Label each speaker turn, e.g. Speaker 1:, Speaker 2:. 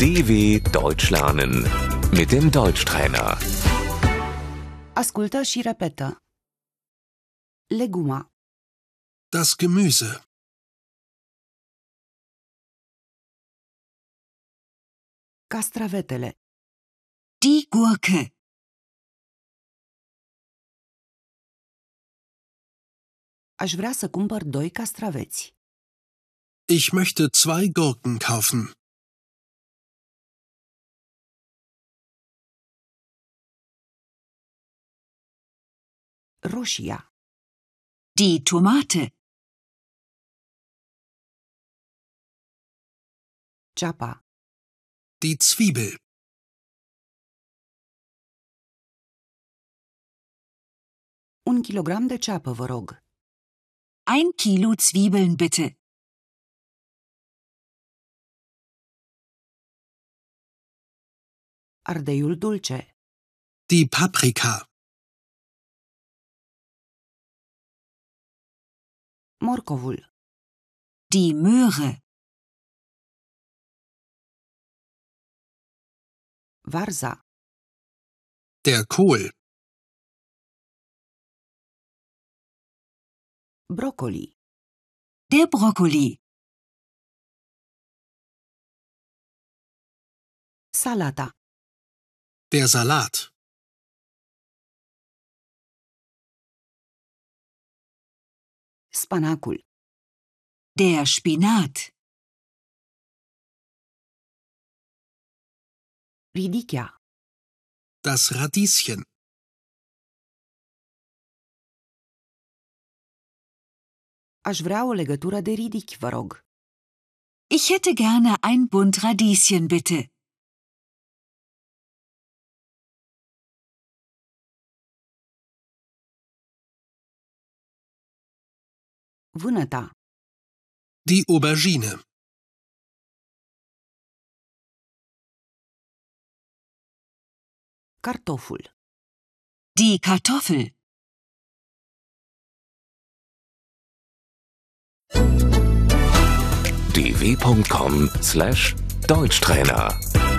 Speaker 1: DW Deutsch lernen mit dem Deutschtrainer.
Speaker 2: Ascultă și repetă. Leguma,
Speaker 3: Das Gemüse.
Speaker 2: castravetele. Die Gurke. Aș vrea să cumpăr doi castraveți.
Speaker 3: Ich möchte zwei Gurken kaufen.
Speaker 2: Roșia. Die Tomate. Ceapa,
Speaker 3: Die Zwiebel.
Speaker 2: un kilogram de ceapă, vă rog. Ein Kilo Zwiebeln bitte. Ardeiul dulce.
Speaker 3: Die Paprika.
Speaker 2: Morcovul. Die Möhre. Varza,
Speaker 3: Der Kohl.
Speaker 2: broccoli. Der Broccoli. Salata,
Speaker 3: Der Salat.
Speaker 2: spanacul. Der Spinat. Ridichea,
Speaker 3: Das Radieschen.
Speaker 2: aș vrea o legătură de ridichi, vă rog. Ich hätte gerne ein Bund Radieschen bitte. Vânăta,
Speaker 3: Die Aubergine.
Speaker 2: Kartoffel. Die Kartoffel.
Speaker 1: dw.com/deutschtrainer